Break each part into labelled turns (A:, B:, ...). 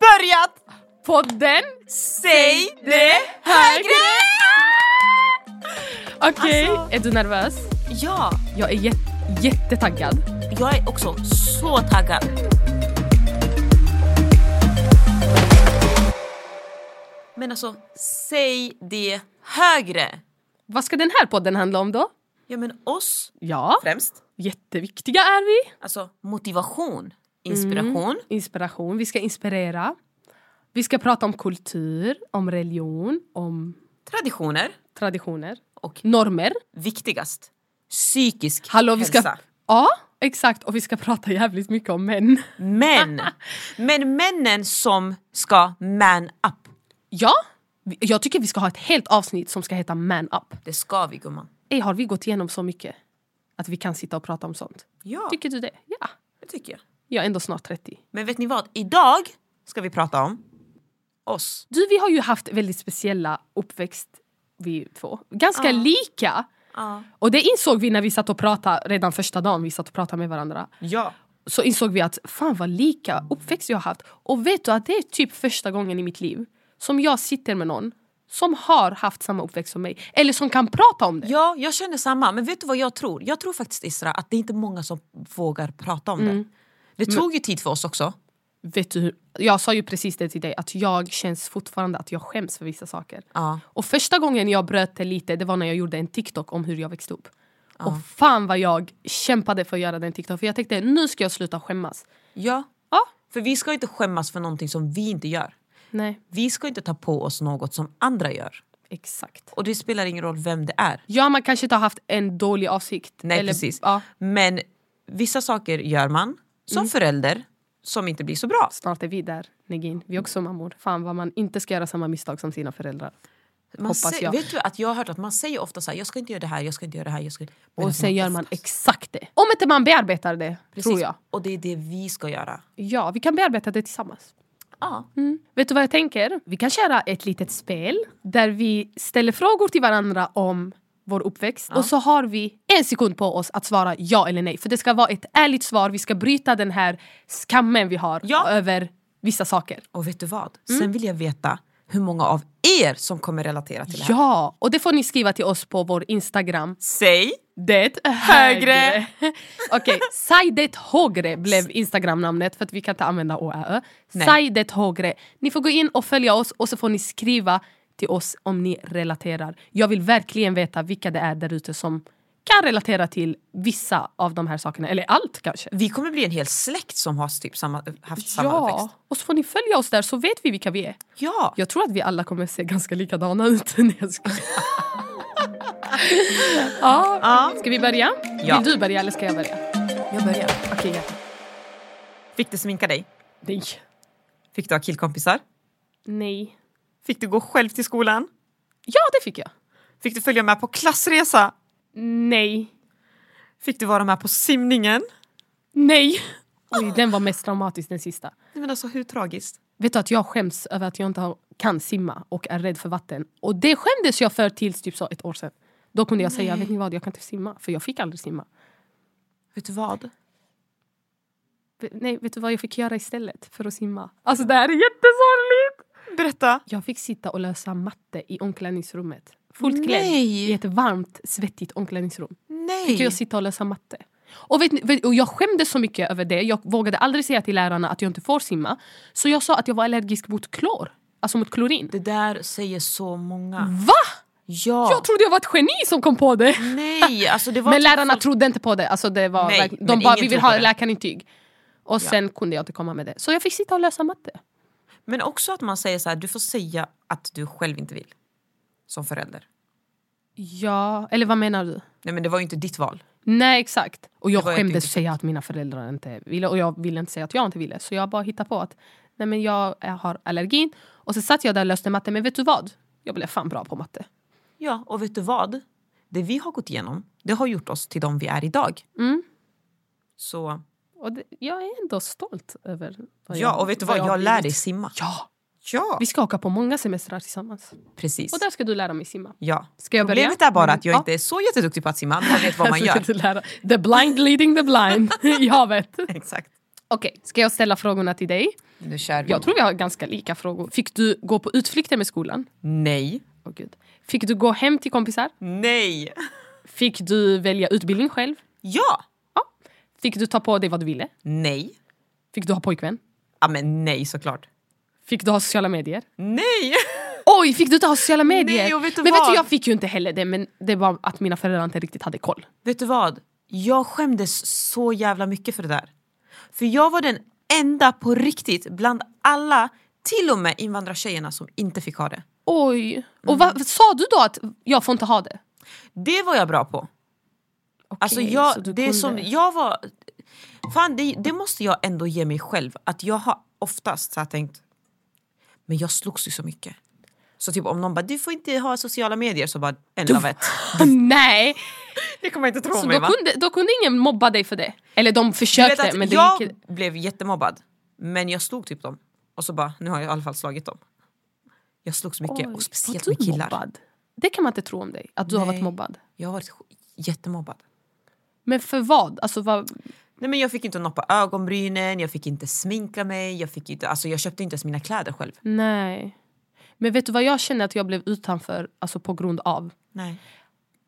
A: börjat!
B: Podden
A: Säg det högre!
B: Okej,
A: Alltså-
B: är du nervös?
A: Ja,
B: Jag är jät- jättetaggad.
A: jag är också så taggad. Men alltså, säg det högre.
B: Vad ska den här podden handla om då?
A: Ja men oss
B: Ja,
A: främst.
B: jätteviktiga är vi.
A: Alltså motivation, inspiration.
B: Mm. Inspiration, vi ska inspirera. Vi ska prata om kultur, om religion, om
A: traditioner
B: traditioner.
A: och
B: Normer.
A: viktigast, psykisk
B: Hallå, vi
A: hälsa.
B: ska... Ja, exakt. Och vi ska prata jävligt mycket om män.
A: Men, men männen som ska man up.
B: Ja, vi- jag tycker vi ska ha ett helt avsnitt som ska heta Man Up.
A: Det ska vi gumman.
B: Ej, har vi gått igenom så mycket att vi kan sitta och prata om sånt?
A: Ja,
B: Tycker du det? Ja.
A: det tycker jag.
B: Jag är ändå snart 30.
A: Men vet ni vad? Idag ska vi prata om oss.
B: Du, vi har ju haft väldigt speciella uppväxt vi två. Ganska lika. Och det insåg vi när vi satt och pratade redan första dagen vi satt och pratade med varandra.
A: Ja.
B: Så insåg vi att fan vad lika uppväxt jag har haft. Och vet du att det är typ första gången i mitt liv som jag sitter med någon som har haft samma uppväxt som mig. Eller som kan prata om det.
A: ja, jag känner samma. Men vet du vad jag tror? Jag tror faktiskt Isra att det är inte många som vågar prata om
B: Mm.
A: det. Det tog ju tid för oss också.
B: Vet du, hur- jag sa ju precis det till dig, att jag känns fortfarande att jag skäms för vissa saker.
A: Ja.
B: Och första gången jag bröt det lite det var när jag gjorde en TikTok om hur jag växte upp. Och fan vad jag kämpade för att göra den TikTok för jag tänkte nu ska jag sluta skämmas.
A: ja.
B: Ja,
A: För vi ska inte skämmas för någonting som vi inte gör.
B: nej,
A: Vi ska inte ta på oss något som andra gör.
B: exakt.
A: Och det spelar ingen roll vem det är.
B: Ja, man kanske inte har haft en dålig avsikt.
A: Nej
B: Eller-
A: precis.
B: Ja, Mm.
A: Men vissa saker gör man som förälder som inte blir så bra.
B: snart är vi där, Negin. Vi är också mammor. Fan vad man inte ska göra samma misstag som sina föräldrar.
A: Man
B: Hoppas
A: sä-
B: jag.
A: Vet du att jag har hört att man säger ofta så här, jag ska inte göra det här, jag ska inte göra det här. Jag ska... inte-" Men
B: Och
A: att
B: sen gör man
A: oftast-
B: exakt det. Om inte man bearbetar det,
A: Precis.
B: tror jag.
A: Och det är det vi ska göra. Mm.
B: Ja, vi kan bearbeta det tillsammans.
A: Ja.
B: Vet du vad jag tänker? Vi kan köra ett litet spel där vi ställer frågor till varandra om vår uppväxt och så har vi en sekund på oss att svara ja eller nej. För det ska vara ett ärligt svar, vi ska bryta den här skammen vi har
A: Ja.
B: över vissa saker.
A: Och vet du vad?
B: Mm.
A: Sen vill jag veta hur många av er som kommer relatera till det här.
B: Ja, och det får ni skriva till oss på vår Instagram.
A: Säg!
B: Det
A: högre.
B: Okej, säg det högre blev Instagram-namnet för att vi kan inte använda å, ä, ö.
A: Nej.
B: Säg det högre. Ni får gå in och följa oss och så får ni skriva till oss om ni relaterar. Jag vill verkligen veta vilka det är där ute som kan relatera till vissa av de här sakerna, eller allt kanske.
A: Vi kommer bli en hel släkt som har typ samma, haft samma
B: Ja,
A: uppväxt.
B: och så får ni följa oss där så vet vi vilka vi är.
A: Ja!
B: Jag tror att vi alla kommer se ganska likadana ut. när jag ska- ja, ska vi börja?
A: Ja.
B: Vill du börja eller ska jag börja?
A: Jag börjar.
B: Okej, ja.
A: Fick du sminka dig?
B: Nej.
A: Fick du ha killkompisar?
B: Nej.
A: Fick du gå själv till skolan?
B: Ja, det fick jag.
A: Fick du följa med på klassresa?
B: Nej.
A: Fick du vara med på simningen?
B: Nej. Oj, den var mest traumatisk, den sista.
A: Nej, men alltså hur tragiskt?
B: Vet du att jag skäms över att jag inte har, kan simma och är rädd för vatten. Och det skämdes jag för tills typ så ett år sedan. Då kunde jag säga, vet ni vad, jag kan inte simma. För jag fick aldrig simma.
A: Vet du vad?
B: V- Nej, vet du vad jag fick göra istället för att simma? Alltså det här är jättesorgligt!
A: Berätta.
B: Jag fick sitta och lösa matte i omklädningsrummet. Fullt klädd.
A: Nej.
B: I ett varmt, svettigt omklädningsrum. fick
A: Nej.
B: jag sitta och lösa matte. Och, vet ni, vet- och jag skämdes så mycket över det, jag vågade aldrig säga till lärarna att jag inte får simma. Så jag sa att jag var allergisk mot klor, alltså mot klorin.
A: Det där säger så många.
B: Va?
A: Ja.
B: Jag trodde jag var ett geni som kom på det!
A: Nej, alltså det var
B: Men
A: typ
B: lärarna
A: folk-
B: trodde inte på det, alltså det var,
A: Nej,
B: verkligen-
A: men
B: de bara
A: ingen
B: vi
A: tror
B: vill
A: på
B: ha
A: det."
B: läkarintyg. Och sen kunde jag inte komma med det. Så jag fick sitta och lösa matte.
A: Men också att man säger så här, du får säga att du själv inte vill. Som förälder.
B: Ja, eller vad menar du?
A: Nej men det var ju inte ditt val.
B: Nej exakt. Och jag
A: Det var jätteintressant.
B: skämdes att säga att mina föräldrar inte ville och jag ville inte säga att jag inte ville. Så jag bara hittade på att nej men jag eh, har allergin. Och så satt jag där och löste matte men vet du vad? Jag blev fan bra på matte.
A: Ja, och vet du vad? Det vi har gått igenom, det har gjort oss till de vi är idag.
B: Mm.
A: Så
B: Och det, jag är ändå stolt över vad
A: ja, och vet du vad? Jag,
B: har
A: lär dig
B: blivit.
A: simma.
B: Ja!
A: Ja,
B: Vi ska åka på många semestrar tillsammans.
A: precis.
B: Och där ska du lära mig simma.
A: Ja.
B: Ska jag börja?
A: Problemet är bara att jag Mm.
B: Ja.
A: inte är så jätteduktig på att simma, men jag vet vad man
B: Här ska
A: gör.
B: du lära- The blind leading the blind i havet. Okej,
A: Exakt.
B: ska jag ställa frågorna till dig?
A: Nu kör vi.
B: Jag tror vi har ganska lika frågor. Fick du gå på utflykter med skolan?
A: Nej.
B: Åh, gud. Fick du gå hem till kompisar?
A: Nej.
B: Fick du välja utbildning själv?
A: Ja.
B: Ja. Fick du ta på dig vad du ville?
A: Nej.
B: Fick du ha pojkvän?
A: Ja, men nej såklart.
B: Fick du ha sociala medier?
A: Nej!
B: Oj, fick du inte ha sociala medier?
A: Nej, och vet du
B: men vet
A: vad?
B: du, jag fick ju inte heller det, men det var att mina föräldrar inte riktigt hade koll.
A: Vet du vad? Jag skämdes så jävla mycket för det där. För jag var den enda på riktigt bland alla, till och med invandrartjejerna som inte fick ha det.
B: Oj. Och vad, sa du då att jag får inte ha det?
A: Det var jag bra på. Alltså
B: Okej,
A: jag,
B: så
A: det
B: du
A: är
B: kunde-
A: som, jag var... Fan, det, det måste jag ändå ge mig själv. Att jag har oftast så här tänkt, men jag slogs ju så mycket. Så typ om någon bara, du får inte ha sociala medier, så bara, en av ett.
B: Nej!
A: Det kommer jag inte tro
B: Så då, kunde, då kunde ingen mobba dig för det? Eller de försökte, men det
A: jag
B: gick...
A: blev jättemobbad, men jag slog typ dem. Och så bara, nu har jag i alla fall slagit dem. Jag slogs mycket,
B: Oj,
A: och speciellt
B: var
A: med
B: du
A: killar.
B: Mobbad? Det kan man inte tro om dig, att du har
A: Nej.
B: varit mobbad.
A: Jag har varit sk- jättemobbad.
B: Men för vad? Alltså, vad...
A: Nej, men jag fick inte noppa ögonbrynen, jag fick inte sminka mig, jag, fick inte, alltså, jag köpte inte ens mina kläder själv.
B: Nej. Men vet du vad jag känner att jag blev utanför alltså på grund av?
A: Nej.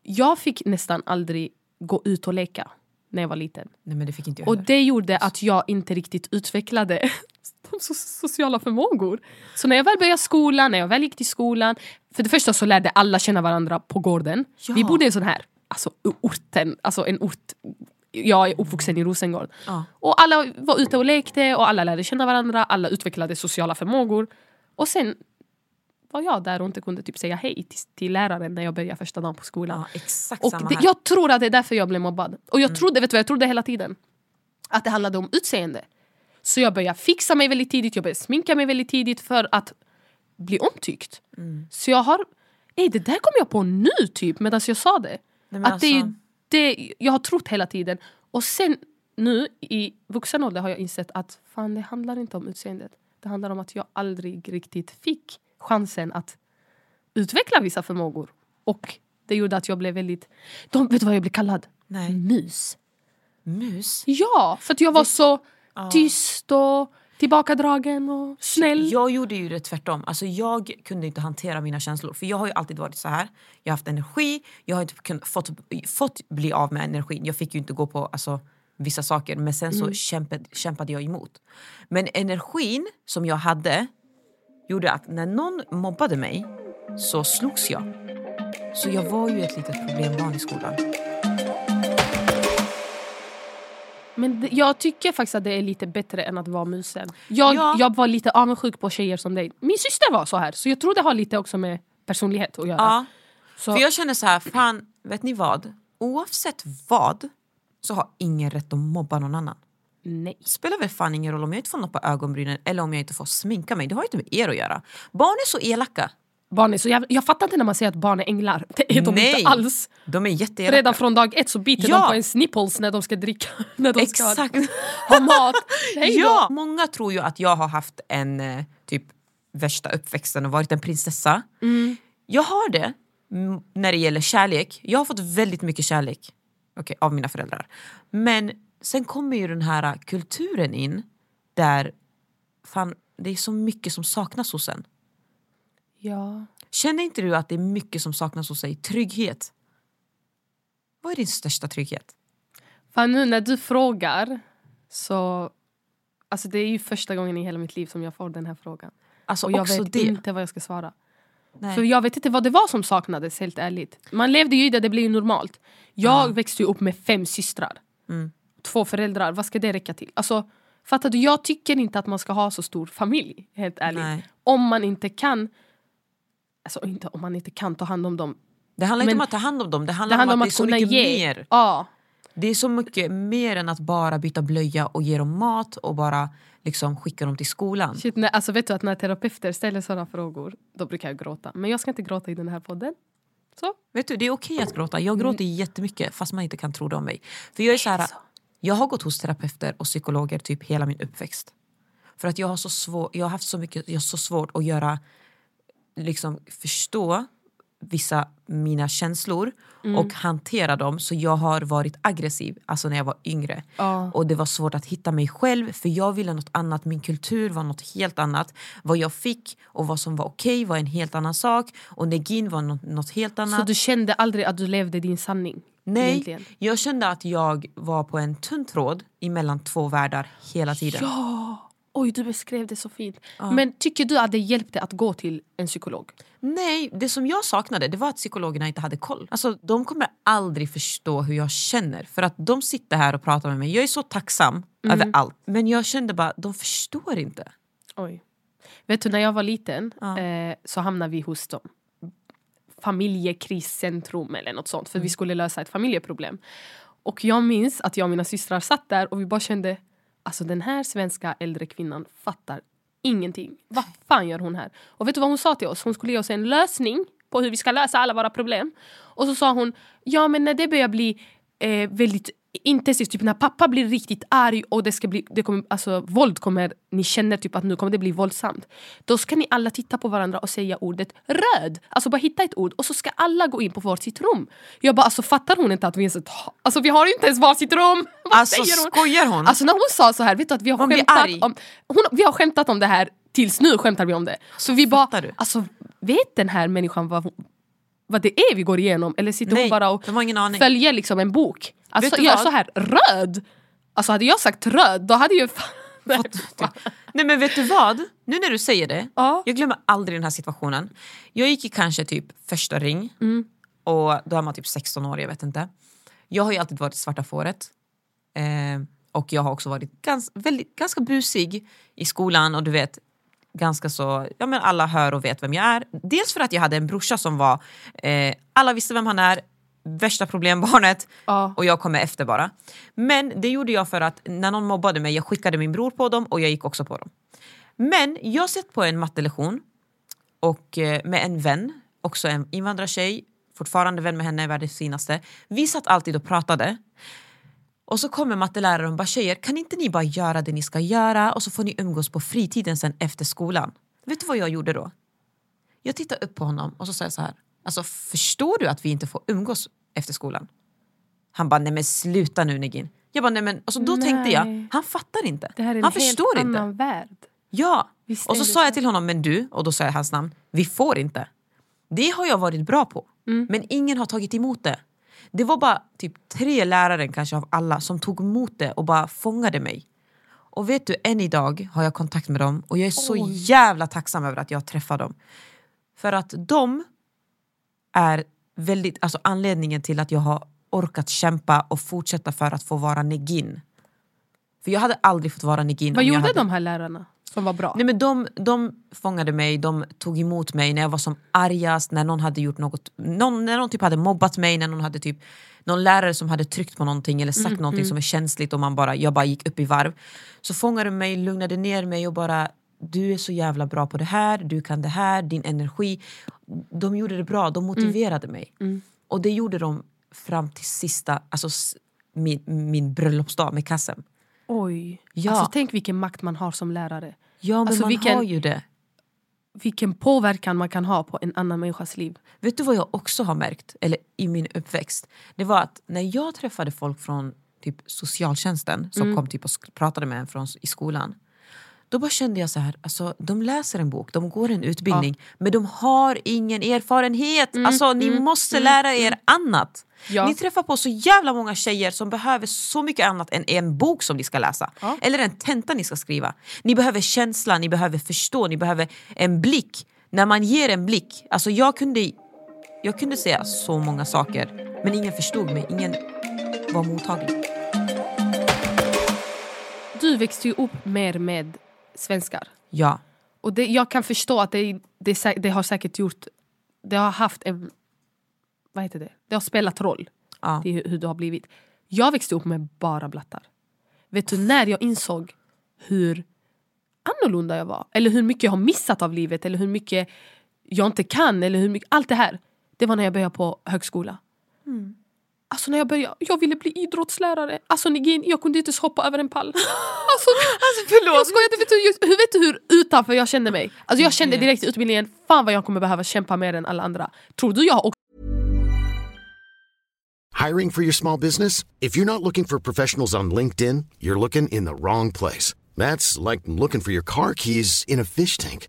B: Jag fick nästan aldrig gå ut och leka när jag var liten.
A: Nej men det fick inte jag
B: Och
A: heller.
B: det gjorde att jag inte riktigt utvecklade de so- sociala förmågor. Så när jag väl började skolan, när jag väl gick till skolan. För det första så lärde alla känna varandra på gården.
A: Ja.
B: Vi bodde i en sån här, alltså o- orten, alltså en ort. Jag är uppvuxen i Rosengård.
A: Ja.
B: Och alla var ute och lekte och alla lärde känna varandra, alla utvecklade sociala förmågor. Och sen var jag där och inte kunde typ säga hej till, till läraren när jag började första dagen på skolan.
A: Ja, exakt
B: Och
A: samma
B: det,
A: här. Mm.
B: jag tror att det är därför jag blev mobbad. Och jag trodde, vet du vad jag trodde hela tiden? Att det handlade om utseende. Så jag började fixa mig väldigt tidigt, jag började sminka mig väldigt tidigt för att bli omtyckt.
A: Mm.
B: Så jag har, ey det där kom jag på nu typ medan jag sa det.
A: men
B: att det är ju
A: alltså-
B: det jag har trott hela tiden. Och sen nu i vuxen ålder har jag insett att fan det handlar inte om utseendet. Det handlar om att jag aldrig riktigt fick chansen att utveckla vissa förmågor. Och det gjorde att jag blev väldigt... De, vet du vad jag blev kallad?
A: Nej.
B: Mm. Mus.
A: Mus?
B: Ja, för att jag var så tyst och tillbakadragen och snäll.
A: Jag gjorde ju det tvärtom. Alltså jag kunde inte hantera mina känslor. För jag har ju alltid varit så här. Jag har haft energi, jag har inte kunnat, fått, fått bli av med energin. Jag fick ju inte gå på alltså, vissa saker men sen
B: Mm.
A: så kämpade, kämpade jag emot. Men energin som jag hade gjorde att när någon mobbade mig så slogs jag. Så jag var ju ett litet problembarn i skolan.
B: Men det, jag tycker faktiskt att det är lite bättre än att vara musen. Jag,
A: Ja.
B: jag var lite avundsjuk på tjejer som dig. Min syster var så här, så jag tror det har lite också med personlighet att göra.
A: Ja.
B: Så,
A: För jag känner så här, fan, vet ni vad? Oavsett vad så har ingen rätt att mobba någon annan.
B: nej.
A: Spelar väl fan ingen roll om jag inte får noppa ögonbrynen eller om jag inte får sminka mig. Det har ju inte med er att göra. Barn är så elaka.
B: Barn är så jag, jag fattar inte när man säger att barn är änglar. Det är de
A: Nej.
B: inte alls.
A: De är jätteelaka.
B: Redan från dag ett så biter
A: Ja.
B: de på ens nipples när de ska dricka. När de
A: Exakt.
B: ska ha mat. Hej då.
A: ja. Många tror ju att jag har haft en eh, typ värsta uppväxten och varit en prinsessa. Jag har det mm, när det gäller kärlek. Jag har fått väldigt mycket kärlek. Okej, av mina föräldrar. Men sen kommer ju den här kulturen in där fan, det är så mycket som saknas hos en.
B: Ja.
A: Känner inte du att det är mycket som saknas hos dig? Trygghet. Vad är din största trygghet?
B: Fan nu när du frågar så... Alltså det är ju första gången i hela mitt liv som jag får den här frågan.
A: Alltså
B: Och jag
A: också
B: vet
A: det.
B: inte vad jag ska svara.
A: Nej.
B: För jag vet inte vad det var som saknades helt ärligt. Man levde ju i det, det blev ju normalt. Jag växte ju upp med fem systrar.
A: Mm.
B: Två föräldrar, vad ska det räcka till? Alltså, fattar du? Jag tycker inte att man ska ha så stor familj, helt ärligt.
A: Nej.
B: Om man inte kan... Alltså inte om man inte kan ta hand om dem.
A: Det handlar inte
B: Men-
A: om att ta hand om dem, det handlar,
B: Det handlar
A: om
B: om
A: att,
B: att
A: det är så
B: kunna
A: mycket
B: ge.
A: mer.
B: Ja.
A: Det är så mycket mer än att bara byta blöja och ge dem mat och bara liksom skicka dem till skolan.
B: Shit, nej, alltså vet du att när terapeuter ställer sådana frågor då brukar jag gråta. Men jag ska inte gråta i den här podden. Så.
A: Vet du, det är okej att gråta. Jag gråter jättemycket fast man inte kan tro det om mig. För jag Mm. är så här, jag har gått hos terapeuter och psykologer typ hela min uppväxt. För att jag har så svår, jag har haft så mycket, jag har så svårt att göra, liksom förstå vissa mina känslor och hantera dem. Så jag har varit aggressiv, alltså när jag var yngre.
B: Ja.
A: Och det var svårt att hitta mig själv för jag ville något annat. Min kultur var något helt annat. Vad jag fick och vad som var okej var en helt annan sak. Och negin var något, något helt annat.
B: så du kände aldrig att du levde din sanning?
A: Nej,
B: Egentligen.
A: jag kände att jag var på en tunn tråd mellan två världar hela tiden.
B: Oj, du beskrev det så fint. Men tycker du att det hjälpte att gå till en psykolog?
A: Nej, det som jag saknade det var att psykologerna inte hade koll. Alltså, de kommer aldrig förstå hur jag känner för att de sitter här och pratar med mig. Jag är så tacksam
B: Mm.
A: över allt. Men jag kände bara, de förstår inte.
B: Oj. Vet du, när jag var liten
A: Ja.
B: eh, så hamnade vi hos dem. Familjekriscentrum eller något sånt. För vi skulle lösa ett familjeproblem. Och jag minns att jag och mina systrar satt där och vi bara kände alltså den här svenska äldre kvinnan fattar ingenting. Vad fan gör hon här? Och vet du vad hon sa till oss? Hon skulle ge oss en lösning på hur vi ska lösa alla våra problem. Och så sa hon, ja men när det börjar bli eh, väldigt intensivt, typ när pappa blir riktigt arg och det ska bli, det kommer, alltså våld kommer, ni känner typ att nu kommer det bli våldsamt. Då ska ni alla titta på varandra och säga ordet röd. Alltså bara hitta ett ord och så ska alla gå in på varsitt rum. Jag bara alltså fattar hon inte att vi ens, ett- alltså vi har inte ens varsitt rum. Vad
A: Alltså
B: säger hon?
A: skojar hon?
B: Alltså när hon sa så här, vet du att vi har,
A: Hon blir
B: skämtat,
A: arg.
B: om, hon, vi har skämtat om det här tills nu skämtar vi om det. Så vi bara,
A: Fattar du?
B: alltså vet den här människan vad, hon, vad det är vi går igenom? Eller sitter
A: Nej,
B: hon bara och
A: de har ingen aning.
B: följer liksom en bok? Alltså
A: du
B: gör
A: vad?
B: så här, röd! Alltså hade jag sagt röd då hade ju fan...
A: Nej men vet du vad? Nu när du säger det,
B: Ja.
A: jag glömmer aldrig den här situationen. Jag gick i kanske typ första ring
B: Mm.
A: och då är man typ 16 år, jag vet inte. Jag har ju alltid varit svarta fåret. Eh, och jag har också varit gans, väldigt, ganska busig i skolan och du vet, ganska så, ja men alla hör och vet vem jag är. Dels för att jag hade en brorsa som var, eh, alla visste vem han är, värsta problembarnet
B: Ja.
A: och jag kommer efter bara. Men det gjorde jag för att när någon mobbade mig, jag skickade min bror på dem och jag gick också på dem. Men jag satt på en mattelektion och eh, med en vän, också en invandrartjej, fortfarande vän med henne, världens finaste. Vi satt alltid och pratade. Och så kommer matteläraren och bara tjejer, kan inte ni bara göra det ni ska göra och så får ni umgås på fritiden sen efter skolan. Vet du vad jag gjorde då? Jag tittade upp på honom och så sa jag så här, alltså förstår du att vi inte får umgås efter skolan? Han bara, nej men sluta nu Negin. Jag bara, nej men, alltså då tänkte jag,
B: Nej.
A: han fattar inte.
B: Det här är en
A: han
B: helt
A: förstår inte.
B: annan värld.
A: Ja,
B: Visst
A: och
B: är
A: så
B: det
A: sa jag
B: så.
A: till honom, men du, och då sa jag hans namn, vi får inte. Det har jag varit bra på,
B: Mm.
A: men ingen har tagit emot det. Det var bara typ tre lärare kanske av alla som tog emot det och bara fångade mig. Och vet du, än idag har jag kontakt med dem och jag är så jävla tacksam över att jag träffar dem. För att de är väldigt, alltså anledningen till att jag har orkat kämpa och fortsätta för att få vara negin. För jag hade aldrig fått vara negin
B: Vad
A: om jag
B: gjorde
A: hade...
B: de här lärarna som var bra?
A: Nej, men de, de fångade mig, de tog emot mig när jag var som argast, när någon hade gjort något, någon, när någon typ hade mobbat mig, när någon hade typ någon lärare som hade tryckt på någonting eller sagt någonting som är känsligt och man bara, jag bara gick upp i varv. Så fångade de mig, lugnade ner mig och bara du är så jävla bra på det här, du kan det här, din energi. De gjorde det bra, de motiverade mig. Och det gjorde de fram till sista, alltså s- min, min bröllopsdag med Kassem.
B: Oj.
A: Ja.
B: Alltså tänk vilken makt man har som lärare.
A: Ja men
B: Alltså,
A: man
B: vilken-
A: har ju det.
B: vilken påverkan man kan ha på en annan människas liv.
A: Vet du vad jag också har märkt, eller i min uppväxt? Det var att när jag träffade folk från typ socialtjänsten som kom typ och sk- pratade med en från, s- i skolan. Då bara kände jag så här, alltså, de läser en bok, de går en utbildning men de har ingen erfarenhet. alltså, ni måste lära er annat.
B: Ja.
A: Ni träffar på så jävla många tjejer som behöver så mycket annat än en bok som ni ska läsa. Eller en tenta ni ska skriva. Ni behöver känsla, ni behöver förstå, ni behöver en blick. När man ger en blick, alltså jag kunde, jag kunde säga så många saker men ingen förstod mig, ingen var mottaglig.
B: Du växte ju upp mer med svenskar.
A: Ja.
B: Och det, jag kan förstå att det, det, sä- det har säkert gjort... Det har haft en... Vad heter det? Det har spelat roll
A: ja.
B: i hur, hur du har blivit. Jag växte upp med bara blattar. Vet du när jag insåg hur annorlunda jag var? Eller hur mycket jag har missat av livet? Eller hur mycket jag inte kan? Eller hur mycket, allt det här. Det var när jag började på högskola. Alltså när jag började, jag ville bli idrottslärare. Alltså Nigin, jag kunde inte ens hoppa över en pall. Alltså, förlåt. Jag skojar inte, vet du, just, hur, vet du hur utanför jag kände mig? Alltså jag kände direkt i utbildningen, fan vad jag kommer behöva kämpa mer än alla andra. Tror du jag har
C: Hiring for your small business? If you're not looking for professionals on LinkedIn, you're looking in the wrong place. That's like looking for your car keys in a fish tank.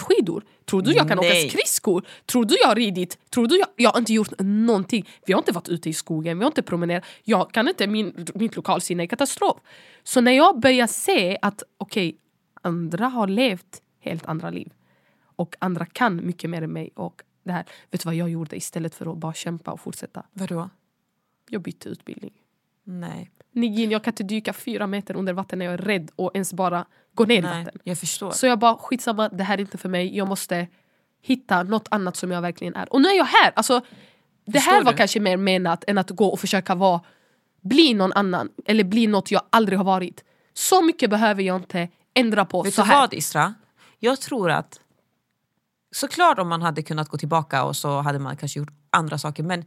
B: åkskidor? Tror du jag kan
A: Nej.
B: åka skridskor? Tror du jag har ridit? Tror du jag, jag har inte gjort någonting? Vi har inte varit ute i skogen, vi har inte promenerat. Jag kan inte, min, mitt lokalsinne är katastrof. Så när jag börjar se att okej, andra har levt helt andra liv och andra kan mycket mer än mig och det här. Vet du vad jag gjorde istället för att bara kämpa och fortsätta?
A: Vadå?
B: Jag bytte utbildning.
A: Nej.
B: Nigin, jag kan inte dyka fyra meter under vatten när jag är rädd och ens bara gå ner i
A: Nej,
B: vatten.
A: jag förstår.
B: Så jag bara, skitsamma, det här är inte för mig. Jag måste hitta något annat som jag verkligen är. Och nu är jag här! Alltså, det här
A: Förstår
B: var
A: du?
B: kanske mer menat än att gå och försöka vara, bli någon annan eller bli något jag aldrig har varit. Så mycket behöver jag inte ändra på
A: Vet
B: så
A: du
B: här.
A: vad Isra? Jag tror att såklart om man hade kunnat gå tillbaka och så hade man kanske gjort andra saker men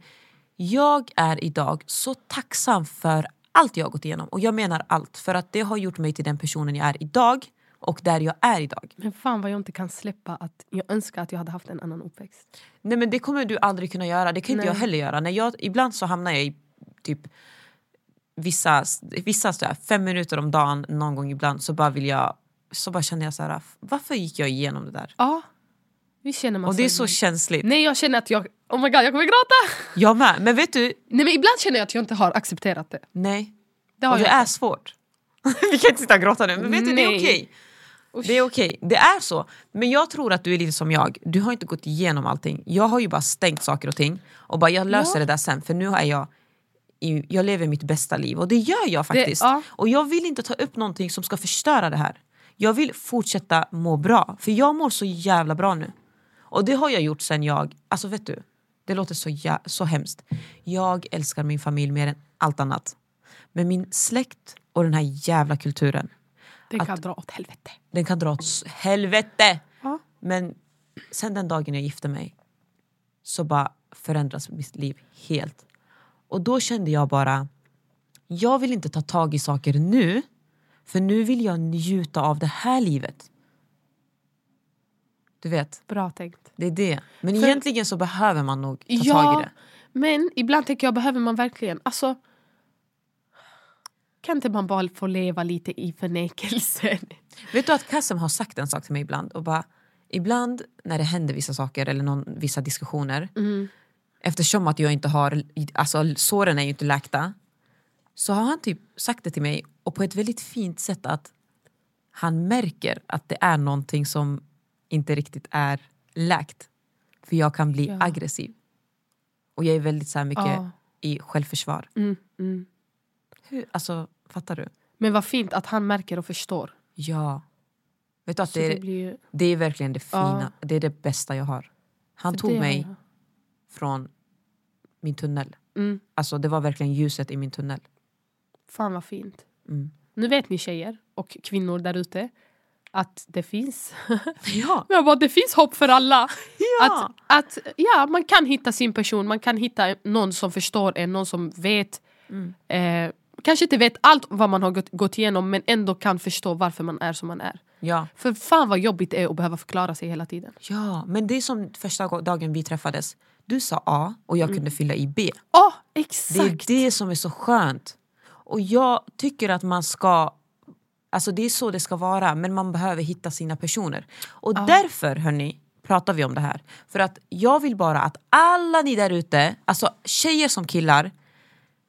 A: jag är idag så tacksam för allt jag har gått igenom och jag menar allt för att det har gjort mig till den personen jag är idag och där jag är idag.
B: Men fan vad jag inte kan släppa att jag önskar att jag hade haft en annan uppväxt.
A: Nej men det kommer du aldrig kunna göra, det kan inte jag heller göra. När jag, ibland så hamnar jag i typ vissa, vissa så här, fem minuter om dagen någon gång ibland så bara vill jag så bara känner jag så här, varför gick jag igenom det där?
B: Ja, vi känner man
A: Och det är så
B: ibland.
A: känsligt.
B: Nej jag känner att jag, oh my god jag kommer gråta!
A: Jag med, men vet du?
B: Nej men ibland känner jag att jag inte har accepterat det.
A: Nej.
B: Det har
A: Och det
B: jag
A: är
B: inte.
A: svårt. Vi kan inte sitta och gråta nu, men vet du det är
B: Nej.
A: okej. Det är okej, det är så. Men jag tror att du är lite som jag, du har inte gått igenom allting. Jag har ju bara stängt saker och ting och bara jag löser det där sen för nu är jag i- jag lever mitt bästa liv och det gör jag faktiskt.
B: ja.
A: Och jag vill inte ta upp någonting som ska förstöra det här. Jag vill fortsätta må bra, för jag mår så jävla bra nu. Och det har jag gjort sen jag, alltså vet du, det låter så, jä- så hemskt. Jag älskar min familj mer än allt annat. Men min släkt och den här jävla kulturen,
B: Den kan dra åt helvete.
A: den kan dra åt s- helvete. Men sen den dagen jag gifte mig så bara förändras mitt liv helt. Och då kände jag bara, jag vill inte ta tag i saker nu för nu vill jag njuta av det här livet. Du vet,
B: Bra tänkt.
A: det är det. Men egentligen så behöver man nog ta tag i det.
B: men ibland tänker jag, behöver man verkligen... Alltså, kan inte man bara få leva lite i förnekelsen?
A: Vet du att Kassem har sagt en sak till
B: Mm.
A: mig ibland och bara ibland när det händer vissa saker eller någon, vissa diskussioner eftersom att jag inte har, alltså såren är ju inte läkta, så har han typ sagt det till mig och på ett väldigt fint sätt att han märker att det är någonting som inte riktigt är läkt. För jag kan bli aggressiv. Och jag är väldigt så här mycket
B: Ja.
A: i självförsvar.
B: Mm, mm.
A: Hur, alltså, fattar du?
B: Men vad fint att han märker och förstår.
A: Ja. Vet du att
B: Så
A: det,
B: det,
A: är,
B: blir ju...
A: det är verkligen det
B: Ja.
A: fina, det är det bästa jag har. Han
B: för
A: tog
B: det har
A: mig
B: jag.
A: från min tunnel.
B: Mm.
A: Alltså det var verkligen ljuset i min tunnel.
B: Fan vad fint.
A: Mm.
B: Nu vet ni tjejer och kvinnor där ute att det finns
A: Ja.
B: Men jag bara, det finns hopp för alla.
A: Ja.
B: Att, att ja, man kan hitta sin person, man kan hitta någon som förstår en, någon som vet. Eh, kanske inte vet allt vad man har gått, gått igenom men ändå kan förstå varför man är som man är.
A: Ja.
B: För fan vad jobbigt det är att behöva förklara sig hela tiden.
A: ja, men det är som första go- dagen vi träffades. Du sa A och
B: Mm.
A: jag kunde fylla i B.
B: Ja,
A: Det är
B: exakt!
A: det som är så skönt. Och jag tycker att man ska... Alltså det är så det ska vara, men man behöver hitta sina personer. Och därför, hörni, pratar vi om det här. För att jag vill bara att alla ni där ute, alltså tjejer som killar,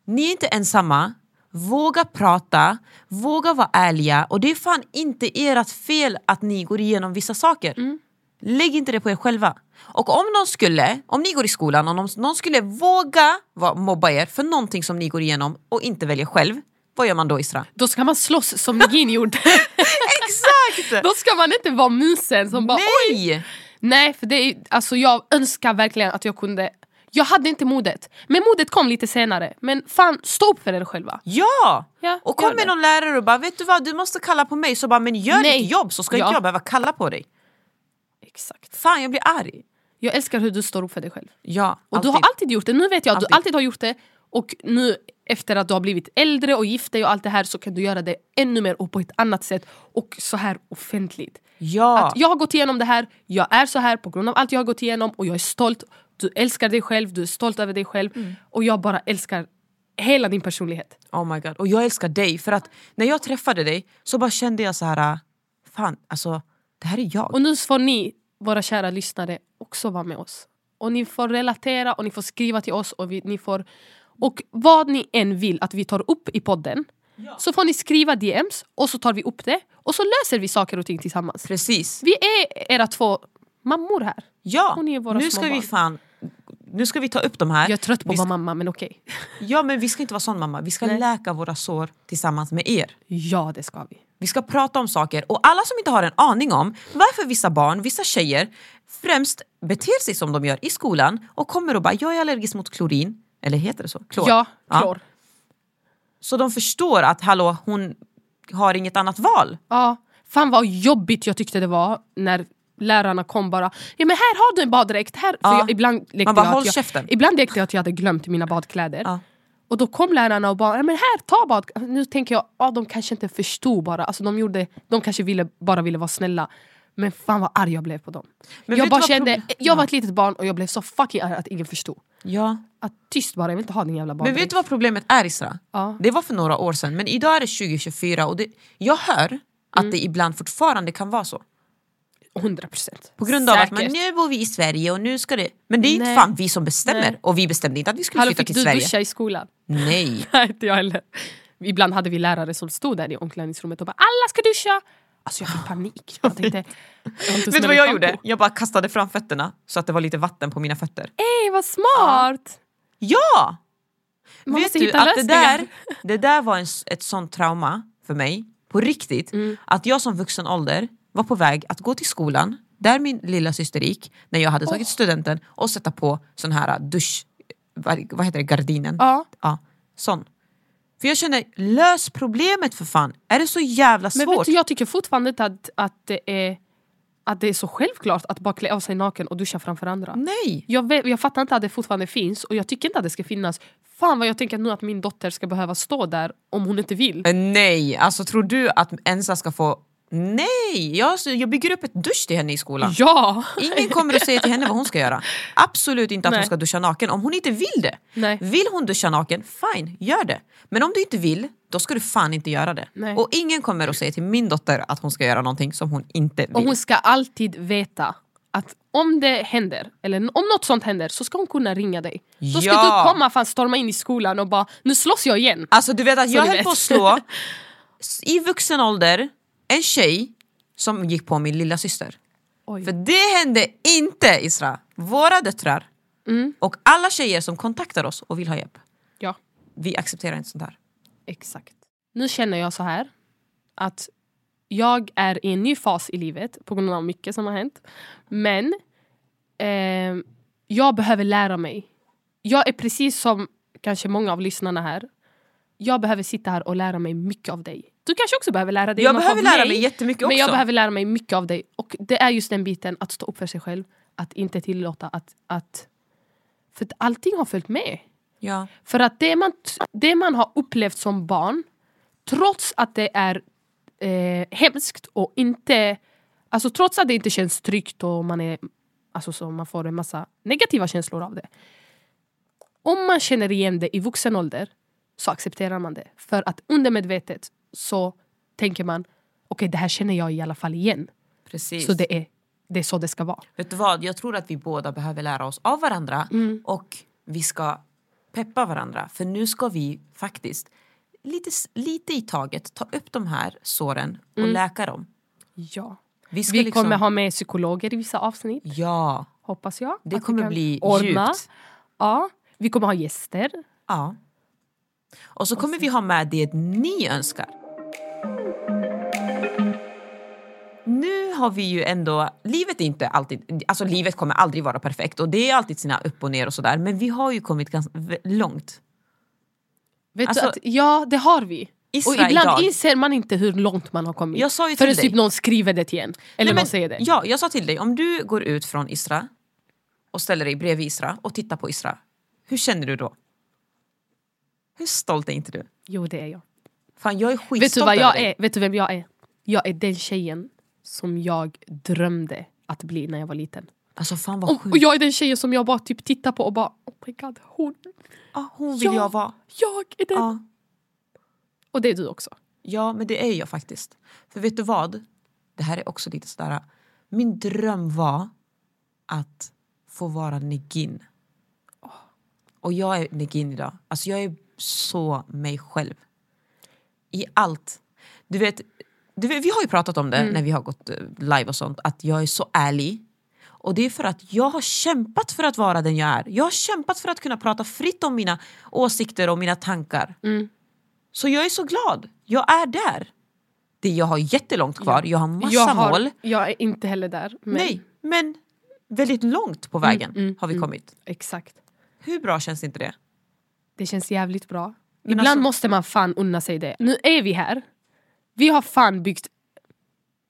A: ni är inte ensamma. Våga prata, våga vara ärliga. Och det är fan inte ert fel att ni går igenom vissa saker. Lägg inte det på er själva. Och om någon skulle, om ni går i skolan och någon, någon skulle våga va- mobba er för någonting som ni går igenom och inte väljer själv, vad gör man då Isra?
B: Då ska man slåss som Negin gjorde.
A: Exakt!
B: Då ska man inte vara musen som bara oj!
A: Nej!
B: Nej, för det är, alltså jag önskar verkligen att jag kunde jag hade inte modet, men modet kom lite senare. Men fan, stå upp för er själva.
A: Ja!
B: Ja,
A: och
B: gör
A: kom med
B: det.
A: någon lärare och bara vet du vad du måste kalla på mig så bara men gör
B: Nej.
A: ditt jobb så ska
B: Ja.
A: inte jag behöva kalla på dig.
B: Exakt.
A: Fan jag blir arg.
B: Jag älskar hur du står upp för dig själv.
A: Ja,
B: Och du har alltid gjort det, nu vet jag att
A: Alltid.
B: du alltid har gjort det och nu efter att du har blivit äldre och gift dig och allt det här så kan du göra det ännu mer och på ett annat sätt och så här offentligt.
A: Ja.
B: Att jag har gått igenom det här, jag är så här på grund av allt jag har gått igenom och jag är stolt. Du älskar dig själv, du är stolt över dig själv
A: Mm.
B: och jag bara älskar hela din personlighet.
A: Oh my god. Och jag älskar dig för att när jag träffade dig så bara kände jag så här, fan alltså det här är jag.
B: Och nu får ni, våra kära lyssnare, också vara med oss. Och ni får relatera och ni får skriva till oss. Och, vi, ni får, och vad ni än vill att vi tar upp i podden så får ni skriva DMs och så tar vi upp det och så löser vi saker och ting tillsammans.
A: Precis.
B: Vi är era två mammor här.
A: Ja,
B: Hon är våra
A: nu
B: små
A: ska vi
B: barn.
A: fan nu ska vi ta upp de här.
B: Jag är trött på
A: vi
B: att
A: ska,
B: vara mamma men okej.
A: Ja men vi ska inte vara sån mamma, vi ska
B: Nej.
A: läka våra sår tillsammans med er.
B: Ja det ska vi.
A: Vi ska prata om saker och alla som inte har en aning om varför vissa barn, vissa tjejer främst beter sig som de gör i skolan och kommer och bara jag är allergisk mot klorin, eller heter det så? Klor.
B: Ja, klor. Ja.
A: Så de förstår att hallå hon har inget annat val.
B: Fan vad jobbigt jag tyckte det var när lärarna kom bara ja men här har du en baddräkt. Här. För
A: Ja.
B: jag, ibland lekte
A: Man bara,
B: jag
A: "Håll
B: att jag,
A: käften."
B: Ibland lekte jag att jag hade glömt mina badkläder.
A: Ja.
B: Och då kom lärarna och bara, "Ja, men här ta bad. Nu tänker jag, ah, de kanske inte förstod bara. Alltså, de, gjorde, de kanske ville, bara ville vara snälla. Men fan vad arg jag blev på dem.
A: Men vet
B: jag
A: du
B: bara
A: vad
B: kände,
A: problem-
B: jag var ett litet barn och jag blev så fucking arg att ingen förstod.
A: Ja.
B: Att, tyst bara, jag vill inte ha din jävla
A: Men
B: baddräkt.
A: vet du vad problemet är Isra?
B: Ja.
A: Det var för några år sedan men idag är det 2024 och det, jag hör att det ibland fortfarande kan vara så.
B: 100 procent.
A: På grund av att men nu bor vi i Sverige och nu ska det... Men det är inte
B: Nej.
A: fan vi som bestämmer
B: Nej.
A: och vi bestämde inte att vi skulle
B: Hallå,
A: flytta
B: fick
A: till
B: du
A: Sverige.
B: duscha i skolan?
A: Nej.
B: Nej, inte jag heller. Ibland hade vi lärare som stod där i omklädningsrummet och bara alla ska duscha! Alltså jag fick panik. Jag tänkte, jag
A: Vet du vad jag gjorde? Jag bara kastade fram fötterna så att det var lite vatten på mina fötter.
B: Ey vad smart!
A: Eh. Ja!
B: Man
A: Vet
B: måste
A: du
B: hitta
A: att det
B: lösningar.
A: där, det där var en, s- ett sånt trauma för mig, på riktigt.
B: Mm.
A: Att jag som vuxen ålder var på väg att gå till skolan, där min lilla syster gick, när jag hade tagit studenten och sätta på sån här äh, dusch... Vad vad heter det? Gardinen?
B: Ja.
A: Ja, sån. För jag känner, lös problemet för fan! Är det så jävla
B: Men
A: svårt?
B: vet du, jag tycker fortfarande inte att, att, det är, att det är så självklart att bara klä av sig naken och duscha framför andra.
A: Nej!
B: Jag, vet, jag fattar inte att det fortfarande finns och jag tycker inte att det ska finnas. Fan vad jag tänker nu att min dotter ska behöva stå där om hon inte vill.
A: Men nej, alltså tror du att Ensa ska få... Nej! Jag, jag bygger upp ett dusch till henne i skolan.
B: Ja!
A: Ingen kommer att säga till henne vad hon ska göra. Absolut inte att hon
B: Nej.
A: ska duscha naken om hon inte vill det.
B: Nej.
A: Vill hon duscha naken, fine, gör det. Men om du inte vill, då ska du fan inte göra det.
B: Nej.
A: Och ingen kommer att säga till min dotter att hon ska göra någonting som hon inte vill.
B: Och hon ska alltid veta att om det händer, eller n- om något sånt händer, så ska hon kunna ringa dig. Då ska
A: Ja.
B: du komma fan storma in i skolan och bara nu slåss jag igen.
A: Alltså du vet att
B: Så
A: jag
B: ni
A: höll
B: vet.
A: på att slå s- i vuxen ålder en tjej som gick på min lilla syster.
B: Oj.
A: För det hände inte Isra. Våra döttrar
B: Mm.
A: och alla tjejer som kontaktar oss och vill ha hjälp,
B: Ja,
A: vi accepterar inte sånt här.
B: exakt. Nu känner jag så här att jag är i en ny fas i livet på grund av mycket som har hänt. Men ehm, jag behöver lära mig. Jag är precis som kanske många av lyssnarna här. Jag behöver sitta här och lära mig mycket av dig. Du kanske också behöver lära dig
A: Jag
B: något
A: behöver
B: av
A: lära
B: mig,
A: mig jättemycket
B: Men jag
A: också.
B: behöver lära mig mycket av dig. Och det är just den biten, att stå upp för sig själv. Att inte tillåta att... att för att allting har följt med.
A: Ja.
B: För att det man, t- det man har upplevt som barn, trots att det är eh, hemskt och inte... Alltså trots att det inte känns tryggt och man, är, alltså, så man får en massa negativa känslor av det. Om man känner igen det i vuxen ålder så accepterar man det. För att undermedvetet så tänker man okej det här känner jag i alla fall igen.
A: Precis.
B: Så det är, det är så det ska vara.
A: Vet du vad, jag tror att vi båda behöver lära oss av varandra och vi ska peppa varandra. För nu ska vi faktiskt lite, s- lite i taget ta upp de här såren och läka dem.
B: Ja.
A: Vi, ska
B: Mm. Vi
A: liksom-
B: kommer ha med psykologer i vissa avsnitt.
A: Ja,
B: hoppas jag.
A: Det
B: att vi
A: kommer
B: kan
A: bli
B: ordna.
A: djupt.
B: Ja, vi kommer ha gäster.
A: ja. Och så kommer vi ha med det ni önskar. Nu har vi ju ändå, livet är inte alltid, alltså livet kommer aldrig vara perfekt och det är alltid sina upp och ner och sådär men vi har ju kommit ganska v- långt.
B: Vet
A: Alltså-
B: du att, ja, det har vi.
A: Isra
B: och ibland
A: idag.
B: inser man inte hur långt man har kommit.
A: Jag sa ju
B: Förrän
A: till dig.
B: typ någon skriver det igen. Eller
A: Nej, men-
B: någon säger det.
A: Ja, jag sa till dig, om du går ut från Isra och ställer dig bredvid Isra och tittar på Isra, hur känner du då? Hur stolt är inte du?
B: Jo, det är jag.
A: Fan, jag är skitstolt
B: Vet du, vad jag
A: över dig.
B: är? Vet du vem jag är? Jag är den tjejen som jag drömde att bli när jag var liten.
A: Alltså fan vad
B: Och,
A: sjukt.
B: och jag är den tjejen som jag bara typ tittar på och bara oh my god, hon,
A: Ja, Ah, hon vill
B: Ja.
A: jag vara.
B: jag är den.
A: Ja.
B: Och det är du också.
A: ja, men det är jag faktiskt. För vet du vad? Det här är också lite sådär, min dröm var att få vara negin. Och jag är negin idag. Alltså jag är så mig själv. I allt. Du vet, du vet vi har ju pratat om det när vi har gått eh, live och sånt, att jag är så ärlig. Och det är för att jag har kämpat för att vara den jag är. Jag har kämpat för att kunna prata fritt om mina åsikter och mina tankar. Så jag är så glad. Jag är där. Det, jag har jättelångt kvar, jag har massa
B: jag, har,
A: mål.
B: jag är inte heller där. Men Mm,
A: Nej, men väldigt långt på vägen har vi kommit.
B: Exakt.
A: Hur bra känns inte det?
B: Det känns jävligt bra.
A: Men
B: Ibland
A: alltså-
B: måste man fan unna sig det. Nu är vi här. Vi har fan byggt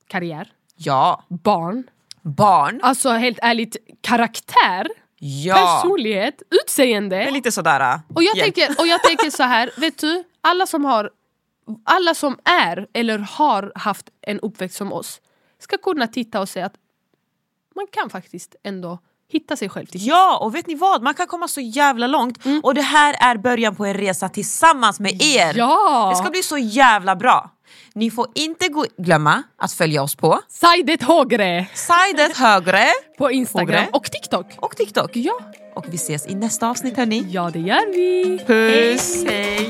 B: karriär,
A: Ja,
B: barn,
A: barn.
B: alltså helt ärligt karaktär,
A: Ja,
B: personlighet, utseende.
A: men lite sådär. äh,
B: Och jag,
A: hjälp.
B: tänker, och jag tänker så här, vet du, alla som har alla som är eller har haft en uppväxt som oss ska kunna titta och säga att man kan faktiskt ändå hitta sig själv. till-
A: Ja, och vet ni vad? Man kan komma så jävla långt. Och det här är början på en resa tillsammans med er.
B: Mm. Ja!
A: Det ska bli så jävla bra. Ni får inte gå- glömma att följa oss på
B: Saidet Hogre
A: Sidet Högre
B: på Instagram
A: Hogre.
B: och TikTok.
A: och TikTok.
B: Ja.
A: Och vi ses i nästa avsnitt hörni.
B: Ja, det gör vi.
A: Puss! Hej.